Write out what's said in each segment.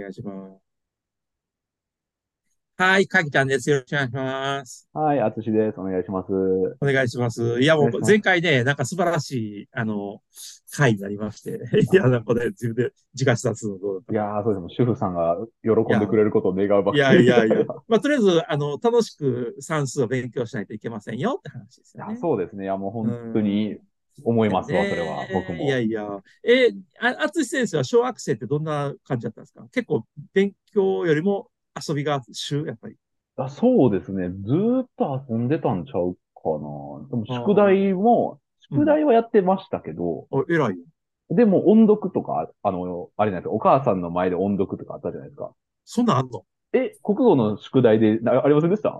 願いします。はい、かきちゃんです。よろしくお願いします。はい、あつしです。お願いします。お願いします。いや、おも願いうします。前回ね、なんか素晴らしい、あの、回になりまして。いあや、なんかね、自分で自家したっつうのどうだったいのやー、そうです。主婦さんが喜いんでや、くれることを願うばいっやかりいでやすい かや。ら。まあ、とりあえず、あの、楽しく算数を勉強しないといけませんよって話ですよあ、ね。そうですね。いや、もうう本当にん。思いだよますわ、それは。僕ね。いやも。いや。え、あ、あつし先生は小学生ってどんな感じだったんですか結構勉強よりも遊びが主、やっぱり。あ、そうですね。ずーっと遊んでたんちゃうかな。でもあ宿あ、題も、う宿ん。題はやってましたけど、あ、偉いよ。でも音読とか、あの、あれなんですよ。お母さんの前で音読とかあったじゃないですか。そんなんあんのえ、国語の宿題で、なありませんでした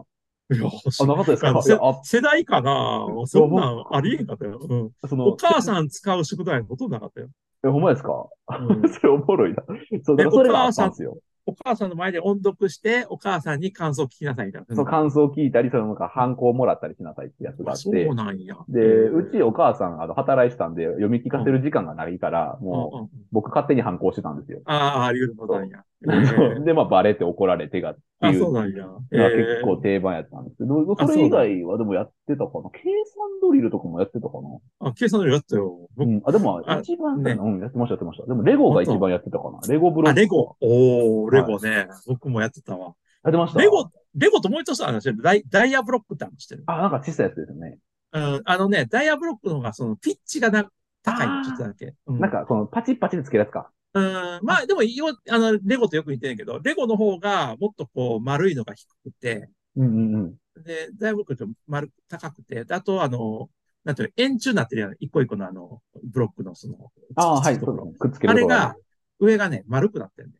いや、あ、そなかったですあのかいせ、や、あ、世代かな。いや、そんな僕、んありえんかったよ。うん。そおの、母さん使う宿題ほとんどなかったよ。え、ほんまですか うん。それおもろいな。そう、え、だからおそれが母あったさんでん、すよ。お母さんの前で音読して、お母さんに感想を聞きなさいみたいな。うそのん。感想を聞いたり、そのなんか、うハンん。コをもらったりしなさいってやつあ、があっそうて、なんや。で、へえ。うちお母さん、あの、働いてたんで、読み聞うかせん。る時間がないから、うんもう、うん。僕勝手に反抗してたんですよ。ああ、ありがとうございそます。う。え そうえ。で、まあ、バレて怒られてがってあ、いそううなんや。えのは結構え。定番やったんですけど、そあ、れそ以うなんや。外はでもやってたかな。計算ドリルとかもやってたかな。あ、計算のやったよ。う僕、ん。あ、でも、あ、一番やったかな。ね、うん、やってました、やってました。でも、レゴ本が一当。番やってたかな。レゴブロあ、ックレとゴ。おー、か。レはい。ゴね。僕もやってたわ。やってましたレゴ、レゴともう一つあるんですよ。ダイ、ダイヤブロックってあるの知ってる。あ、なんか小さいやつですよね。うん、あのね、ダイヤブロックの方が、その、ピッチがな、高いの、ちょっとああ、だけ。うなんん。か、このパチッパチでつけるやつか。うん、まあ、あ、でも、よ、あの、レゴとよく似てるけど、レゴの方が、もっとこう、丸いのが低くて、うんうんうん。で、ダイヤブロックちょっと丸、高くて、であと、あの、なんていうの、円柱になってるような、一個一個のあの、ブロックの、その、あくっあ、はつい、くとそこうろ。ですね。くっつけあるとれころが、上がね、丸くなってるね。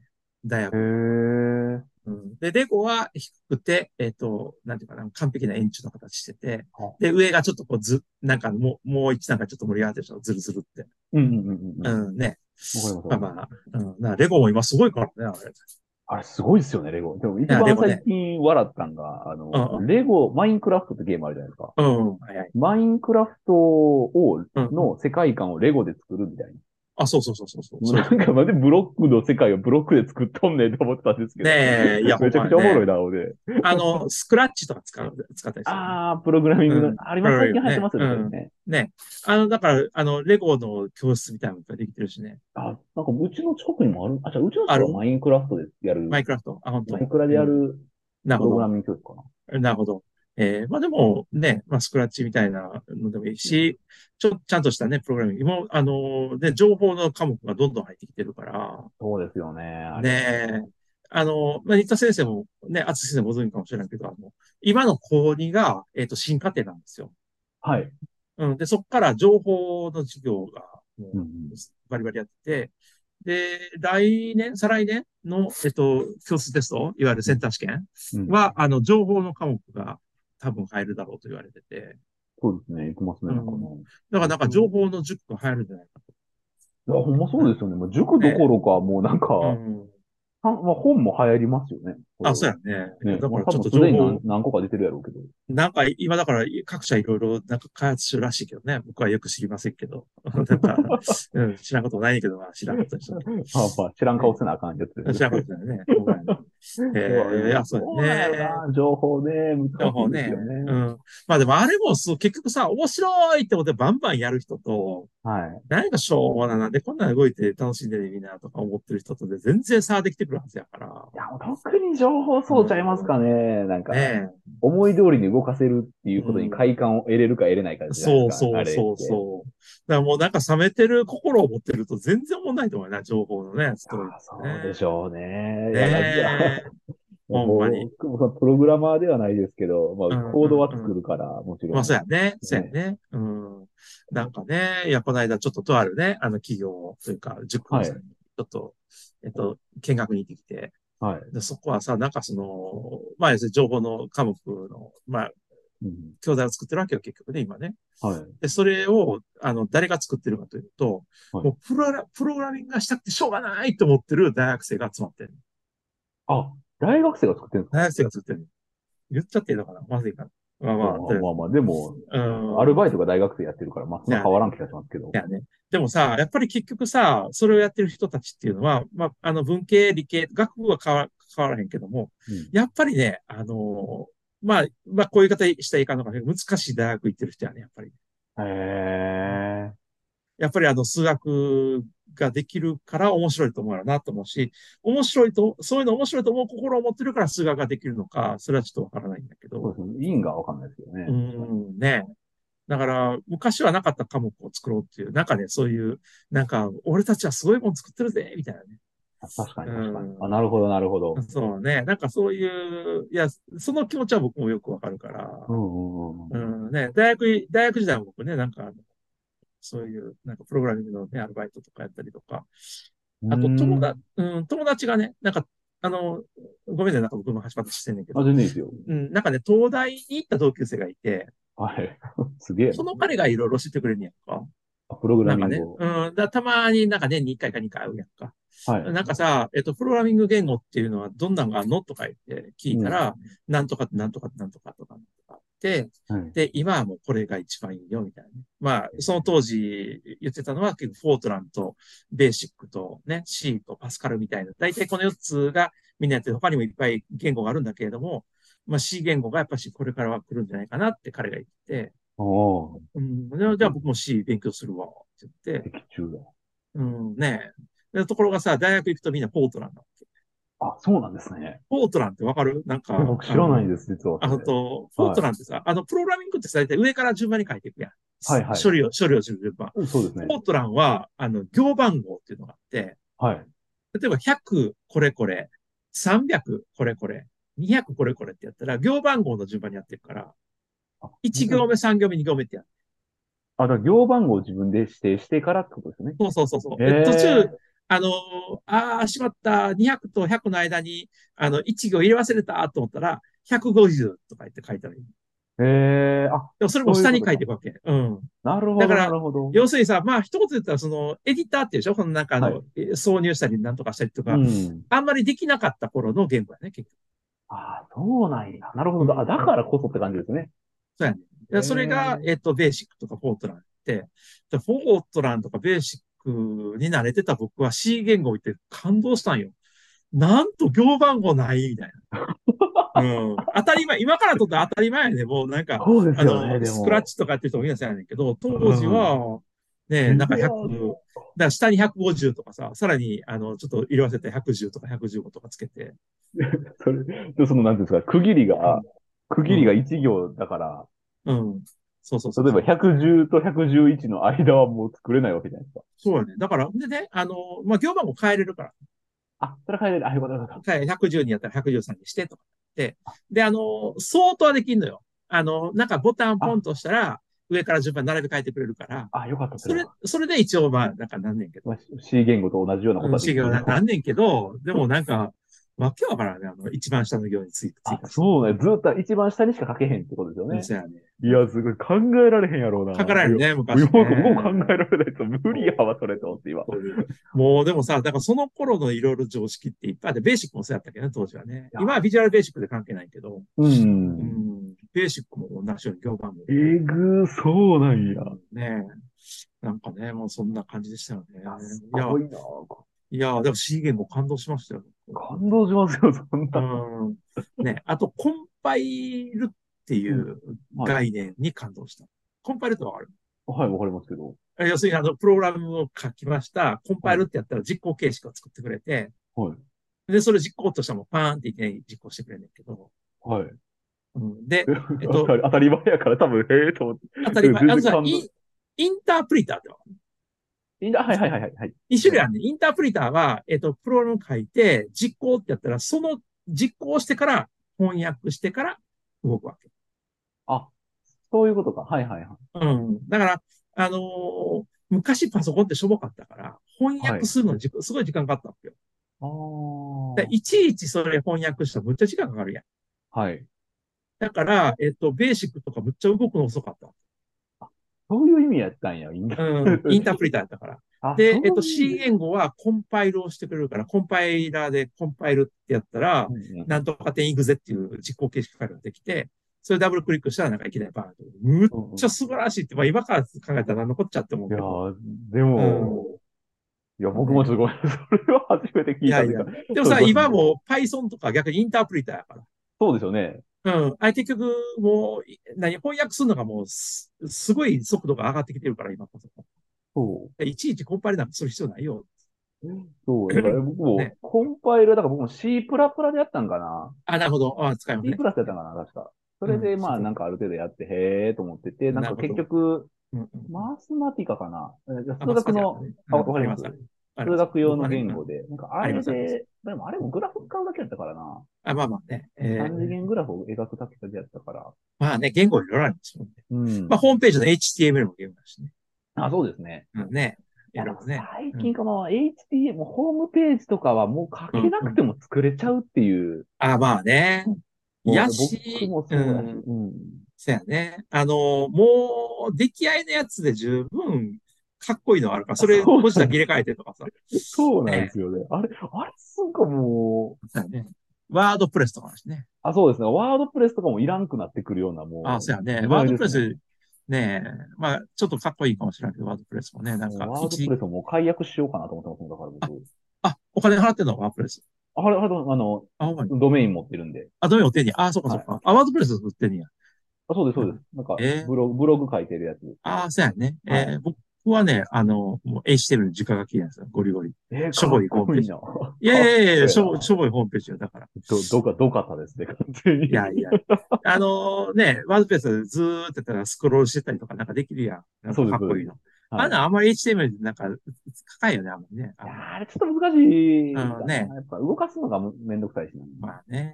ダイヤへブロック。え。うん、で、レゴは低くて、えっと、なんていうかな、完璧な円柱の形してて、はで、上がちょっとこうず、なんかもう、もう一段階ちょっと盛り上がってるでしょ、ずるずるって。うんうんうんうんうん。うん、ね。わかります、わまあかります。まあ、うん、なレゴも今すごいからね、あれ。いあれ、すごいですよね、レゴ。でも、一や、レ番ゴ最ね。近笑ったんが、あうの、ん、うん、レゴ、マインクラフトってゲームあるじゃないですか。うん、はいはい。マインクラフトを、うん、うん。の世界観をレゴで作るみたいな。あ、そうそうそうそうそう、もうそうなやんとか、思までブロックの世界をブロックで作っとんねんと思ってたんですう。けど、ねえ、いや、ほめんちゃくまちゃやおもろね。いな、俺。あの、スクラッチとか使う、使ったりするよね。ああ、プログラミングうの、ん。ありプます、ロ最グ近ラ流行ミってングね。ますよね、そうれん。ね。ね。あの、だから、あの、レゴの教室みたいなのができてるしね。あ、なんか、うちの近くにもある、あ、じゃあ、うちのあ近くはるマインクラフトでマやる、インクラフト。あ、本マ当。イクラでうやん。るなるプほログラど。ミング教室かな。なるほど。えー、まあでもね、まあスクラッチみたいなのでもいいうんし、ちょ、ちゃんとしたね、プログラミング。もう、あのーね、情報の科目がどんどん入ってきてるから、そうですよね、あねれね。え、あのーまあ、新田先生もね、淳先生もご存知かもしれないけど、あの、今の高2が、えっと、新課程なんですよ。はい。うん。で、そこから情報の授業が、うんうもん。う、バリバリやってて、で、来年、再来年の、えっと、共通テスト、いわゆるうセンん。ター試験うんは、あの、情報の科目が多分入るだろうと言われてて、そうですね、いきますね、うなんかね。ん。だからなんか情情報。報の塾が入るんじゃないかと。いや、ほんまそうですよね。もう塾どこね。ろか、もうなんうか、ん。はまあ、本も流行りますよね、これあ、そうは。やね。いや、ね、だもかうら多ちょっ分とす情でに何、報、何個か出てるやろうけど。なんか今だから各社いろいろなんか開発してるらしいけどね。僕はよく知りませんけど。 なんか、うん、知らんことないんやけど、まあ知らんことでしたね。まあまあ、知らん顔ね。せなあかんやつです知らんこね。とだよね。ほんまやね。 そうあれえー、いね、や、そうどうなんややろね。な、情報ね、情難しい報ですよね。うね。ん。まあでもあれもそう、結局さ、面白いってことでバンバンやる人と、はい。何かしょうもないなんで、こんなん動いて楽しんでるみんなとか思ってる人とで全然差はできてくるはずやから。いや、もう特に情報うそうちゃいますん。かね。なんか、ねえ。思い通りに動かせるっていううことにん。快感を得れるか得れないかじゃないですそうか、そあうれっそうて。そう。だからもうなんか冷めてる心を持ってると全然思わないと思うな、情報のね、ストーリーああ、ね。そうでしょうね。いねや、なんか、え。ほんまに。僕もそのプログラマーではないですけど、まあ、うんコードはうんう作ん。るから、もちまあ、そうろやね。ん。そうやね。ね。うん。なんかね、いや、この間、ちょっととあるね、あの、企業というか、塾はさんい。に、ちょっと、えっと、見学に行ってきて、はい。で、そこはさ、なんかその、まあ、要するに情報の科目の、まあ、うん。教材を作ってるわけよ、結局ね、今ね。はい。で、それを、あの、誰が作ってるかというと、はい。もうプロラ、プログラミングがしたくてしょうがないと思ってる大学生が集まってる。あ、大学生が作ってるんですか大学生が作ってる。言っちゃっていいのかなまずいかな。まあまあ、まあまあまあ、でも、うん。アルバイトが大学生やってるから、まあ、そんな変わらん気がしますけどい。やね。でもさ、やっぱり結局さ、それをやってる人たちっていうのは、まあ、あの、文系、理系、学部は変わ変わらへんけども、うんやっぱりね、あのーまあ、まあ、こういう言い方したらいかんのかな難しい大学行ってる人やね、やっぱり。へえ。やっぱりあの、数学ができるから面白いと思うよなと思うし、面白いと、そういうの面白いと思う心を持ってるから数学ができるのか、それはちょっとわからないんだけど。そうですね。因がわかんないですけどね。うん、ね。だから、昔はなかった科目を作ろうっていう、なんかね、そういう、なんか、俺たちはすごいもん作ってるぜ、みたいなね。確かに確かにう。んあ、なるほど、なるほど。そうね。なんかそういう、いや、その気持ちは僕もよくわかるからう。んうんうんう。ん、ね。大学い、大学時代も僕ね、なんかあの、そういう、なんかプログラミングのね、アルバイトとかやったりとか。あと、友達、うん、友達がね、なんか、あの、ごめんね、なんか僕も端々してんねんけあ、ど。全然いいですよ。うん、なんかね、東大に行った同級生がいて、はい。 すげえな。その彼がいろいろ教えてくれんねやんか。あプログなラんミかね、ングを。うん、だたまになんか年に1回か2回会うやんか。はい。なんかさ、えっと、プログラミング言語っていうのはどんなのがあんのとか言って聞いたら、なんとかなんとかなんとかとかなんとかって、はいで、今はもうこれが一番いいよみたいなね。まあ、その当時言ってたのは結構フォートランとベーシックとね、C とパスカルみたいな。大体この4つがみんなやってて他にもいっぱい言語があるんだけれども、まあ C 言語がやっぱしこれからは来るんじゃないかなって彼が言って、おー、うん、でじゃあ僕も C 勉強するわって言って、的中だ。うん、ねえ。でところがさ、大学行くとみんなポートランド。あ、そうなんですね。ポートランってわかるなんか。僕知らないい。です、実は。あのと、ポートランってさ、あの、プログラミングってさ、大体上から順番に書いていくやん。はいはい処理を、処理をする順番。そうですねポ。ートランは、あの、行番号っていうのがあって、はい。例えば100これこれ、300これこれ、200これこれってやったら、行番号の順番にやってるから、あ1行目、3行目、2行目ってやる。あ、だから行番号を自分で指定してからってことですね。そうそうそうそう。へでー途中、あのー、ああ、しまった、200と100の間に、あの、1行入れ忘れたと思ったら、150とか言って書いたらいい。へえ、あ、でもそれも下に書いていくわけ。うん。なるほだど、からなるほど。要するにさ、まあ、一言で言ったら、その、エディターっていうでしょこのなんかあの、はえ挿入したりなんとかしたりとか、うん。あんまりできなかった頃の言語やね、結局。あ、そうなんや。なるほど。あ、だからこそって感じですね。そうやね。へーでそれが、えっと、ベーシックとかフォートランって、でフォートランとかベーシックに慣れてた僕は C 言語を言って感動したんよ。なんと行番号ないみたい な。うん。当たり前、今からとって当たり前やね。もうなんか、そうですあよね、の、でも。スクラッチとかやってる人もいらっしゃるんだけど、当時は、ね、なんか100、だから下に150とかさ、さらに、あの、ちょっと色あせて110とか115とかつけて、それ、でその、なんていうんですか、区切りが、区切りが1行だから、うん。そうそうそう。例えば110と111の間はもう作れないわけじゃないですか。そうやね。だから、でね、あの、まあ、行番も変えれるから、あ、それ変えれる。あ、よかった、よかっはい110にやったら113にしてとかって。で、あの、相当はできんのよ。あの、なんかボタンポンと押したら、上から順番に並べ替えてくれるから、た。あ、よかった、それは、それで一応、まあ、なんかなんねんけど。まあ、C 言語と同じようなことうはん、でき修る行ななんねんけど、でもなんか、わけわからんね、あの、一番下の行について。あ、そうね。ずっと一番下にしか書けへんってことですようね。ね。そうやね。いや、すごい。考えられへんやろうな。かからんよいや。ね、昔、僕ね。も僕も考えられないと無理やわ、それと思って今。もうでもさ、だからその頃のいろいろ常識っていっぱいあって、ベーシックもそうやったけどね、当時はね。や今はビジュアルベーシックで関係ないけど、う。うんん、ベーシックも同じように行番も。えぐ、そうなんや。ねえ。なんかね、もうそんな感じでしたよね。すいやご、いな。いや、でも C 言語感動しましたよ。感動しますよ、そんな。うん。ね、あと、コンパイルっていうはい、概念に感動した。コンパイルってわかるはいわかりますけど。え要するに、あの、プログラムを書きました。コンパイルってやったら実行形式を作ってくれて、はい。で、それ実行としてもパーンっていきなり実行してくれるんだけど、はい。うん、で、えっと当たり当たり前やから多分、へえと思って。当たり前、あの全然さ感、動インインタープリターってわかるいいなはいはいはいはい。一種類あるね。インタープリターは、えっ、と、プログラム書いて、実行ってやったら、その実行してから、翻訳してから動くわけ。そういうことか。はいはいはうい。ん。だから、あのー昔パソコンってしょぼかったから、翻訳するのにじ、すごい時間かかったわけよ。あでーいちいちそれ翻訳したらむっちゃ時間かかるやん。はい。だから、えっ、と、ベーシックとかむっちゃ動くの遅かったわそういう意味やったんや、インけ。 うん。インタープリターやったから。で、えっと、C 言語はコンパイルをしてくれるから、コンパイラーでコンパイルってやったら、なんとか点いくぜっていう実行形式ファイルができて、それダブルクリックしたらなんかいきなりバーンと。むっちゃ素晴らしいって、まあ今から考えたら残っちゃってもいやーでも、いや、僕もちょっとごめんなさい。 それは初めて聞いたんですがでもそさ、うそう今もう Python とか逆にインタープリターやから。そうですよね。うん。あれ結局、もう、い何、翻訳するのがもうす、すごい速度が上がってきてるから、今こそ。そう。いちいちコンパイルなんかする必要ないよ。そ う。だから僕もね、コンパイル、だから僕も C プラプラでやったんかな。あ、なるほど。あ使います C ね。プラスやったんかな、確か。それで、うんまあ、なんかある程度やって、へえと思ってて、なんなるかほど結局、うんうんマースマティカかな。えあ数学の、あわわかかりりまますす。数学用の言語で。で、なんかあありれますありますで、でもあれもグラフ使うだけだったからな。あ、まあまあね。え三次ー、元グラフを描くだけだけやったから。まあね、言語いろいろあるんですもんね。うんまあ、ホームページの HTML も言語だしね。あ、そうですね。うん、ね。やりますね。最近かまあ、HTML、もうホームページとかはもう書けなくても作れちゃうっていう。あ、まあね。もうやし、僕もそうだし。んうん。そやね。あの、もう、出来合いのやつで十分、かっこいいのあるから、それ、そう文字だけ入れ替えてとかさ。そうなんですよね。あれ、あれ、すんかもう、そうやね。ワードプレスとかだしね。あ、そうですね。ワードプレスとかもいらんくなってくるような、もう。あ、そうやね。時ワ代ードでプレすねス、ねえ。まあ、ちょっとかっこいいかもしれないけど、ワードプレスもね、なんかもう、ワード一プレスをもう解約しようかなと思ってますもん、だから僕。あ、お金払ってんのワードプレス。あれ、あれ、あの、あ、ほんまに。ドメイン持ってるんで。あ、どういうお手にあ、そうかそうか。あ、ワードプレス売ってんねや。あ、そうです、そうです。なんかえー、ブログ、ブログ書いてるやつ。あ、そうやね。はいえー僕はね、あの、もう HTML の直書きなんですよ。ゴリゴリ。えー、しょぼいかっこいいな。いやいやいやいや、しょかっこいいなしょぼいホームページよ。だから。ど、 どか、どかたですね、完全に。いやいや。あのね、ワードプレスでずーっとやったらスクロールしてたりとかなんかできるやん。なんかかっこいいの。はいあの、あんまり HTML ってなんか、高いよね、あんまりね。あいのやあれちょっと難しいんからねやっぱ動かすのがめんどくさいしな。まあね。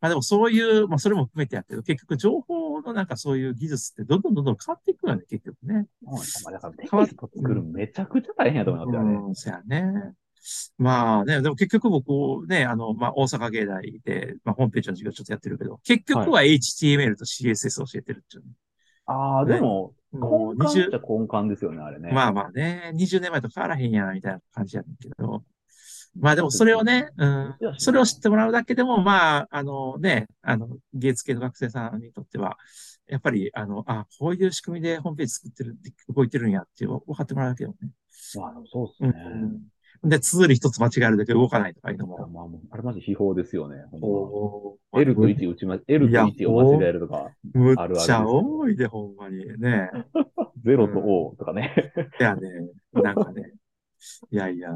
まあでもそういう、まあそれも含めてやってる結局情報のなんかそういう技術ってどんどんどんどん変わっていくよね、結局ね。うんだからテキスト作るのめちゃくちゃ大変やと思いますよね。うん、そうやね。まあね、でも結局僕ね、あの、まあ大阪芸大で、まあホームページの授業ちょっとやってるけど、結局は HTML と CSS を教えてるっていうね、ああ、でも、も根う幹っ20ちゃ、根幹ですよね、あれね。まあまあね、20年前と変わらへんやな、みたいな感じやねんけど。まあでもそれをね、うん、それを知ってもらうだけでも、まあ、あのね、あの、芸術系の学生さんにとっては、やっぱり、あの、あ、こういう仕組みでホームページ作ってる、動いてるんやって分かってもらうだけでもね。まあ、そうっすうね。ん。で、ツール一つ間違えるだけ動かないとかいうのいやも。まあ、もうあれマジ秘宝ですよね。ほんま L L とと1打ちま、L といや1を間違えるとか、むあるあるでっすちゃ多いで、ほんまに。ね。 0と O とかね。いやね、なんかね。いやいや。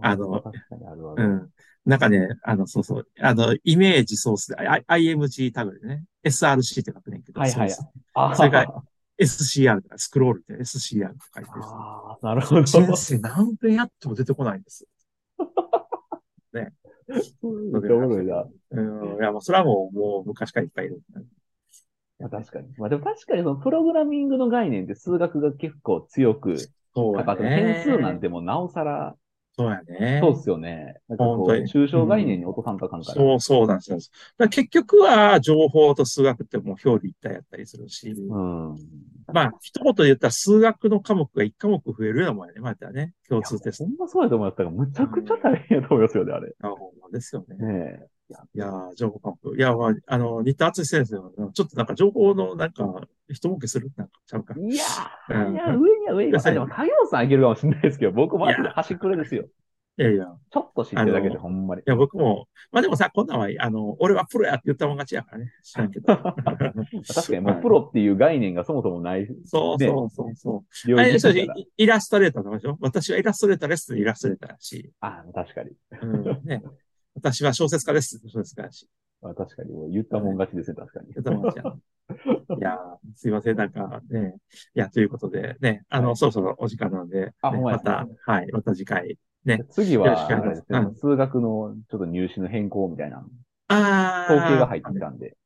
あの確かにあるあうる。ん。なんかね、あの、そうそう。あの、イメージソースで、I- IMG タグでね、SRC って書くねんけど、はいはいソーあそれからあス SCR とか、スクロールって SCR って書いてる。あー、なるほ ど。人生何遍やっても出てこないんです。 めっちゃおもろいな。うん。いや、もうそれはもう、もう昔からいっぱいいる。まあ、確かに。まあでも確かにそのプログラミングの概念って数学が結構強くそうかやかって、ね。変数なんてもうなおさら、そうやね。そうっすよね。なんかこう、本当に抽象概念に落とさんとあかんから。そうそうなんですよ。だから結局は、情報と数学ってもう表裏一体やったりするし、うん。まあ、一言で言ったら数学の科目が一科目増えるようなもんやね。またね、共通テストほ。んまそうやと思ったから、むちゃくちゃ大変やと思いますよね、あれ。ねあ、ほんまですよね。え。いやー、情報科学。いや、まあ、あの、新田敦先生の、ちょっとなんか情報の、なんか、一儲けするなんか、ちゃうか。いやうー、んいや、上には上には。そうでやも、ね影尾さんあげるかもしれないですけど、僕まいずや端くれですよ。いやいや、いちょっと知ってるだけあで、のほんまに。や、僕も、まあでもさ、こんなんは、あの、俺はプロやって言ったもん勝ちやからね。知らんけ ど。確かに、もうプロっていう概念がそもそもないそうねそうそうそ領う。あれ、域正だから直、イイラストレーターとかでしょ私はイラストレーターですってイラストレーターだし、あー確かに。うん、ね。私は小説家ですって小説家だし。まあ確かに、もう言ったもん勝ちですね、確かに。やったもん勝ちやいやー、すいません、なんかね。いや、ということで、ね。あの、はいそろそろお時間なので、ねあほんまやまた、はい、また次回。次よろしは、くお願いしあまれすですねうん数学のちょっと入試の変更みたいな、あー統計が入ってきたんで。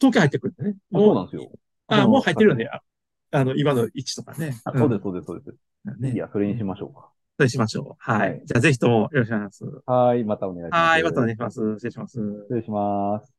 統計入ってくるんだね。あもそうなんですよ。あ、もう入ってるよね。ね。ああの、今の位置とかね。。あそうですす、そうです、そうです。ね。いや、それにしましょうそうしましょう。ははいい。じゃあ、ぜひともよろしくお願いします。か。はーい、またお願いします。はい。またお願いします。失礼します。失礼します。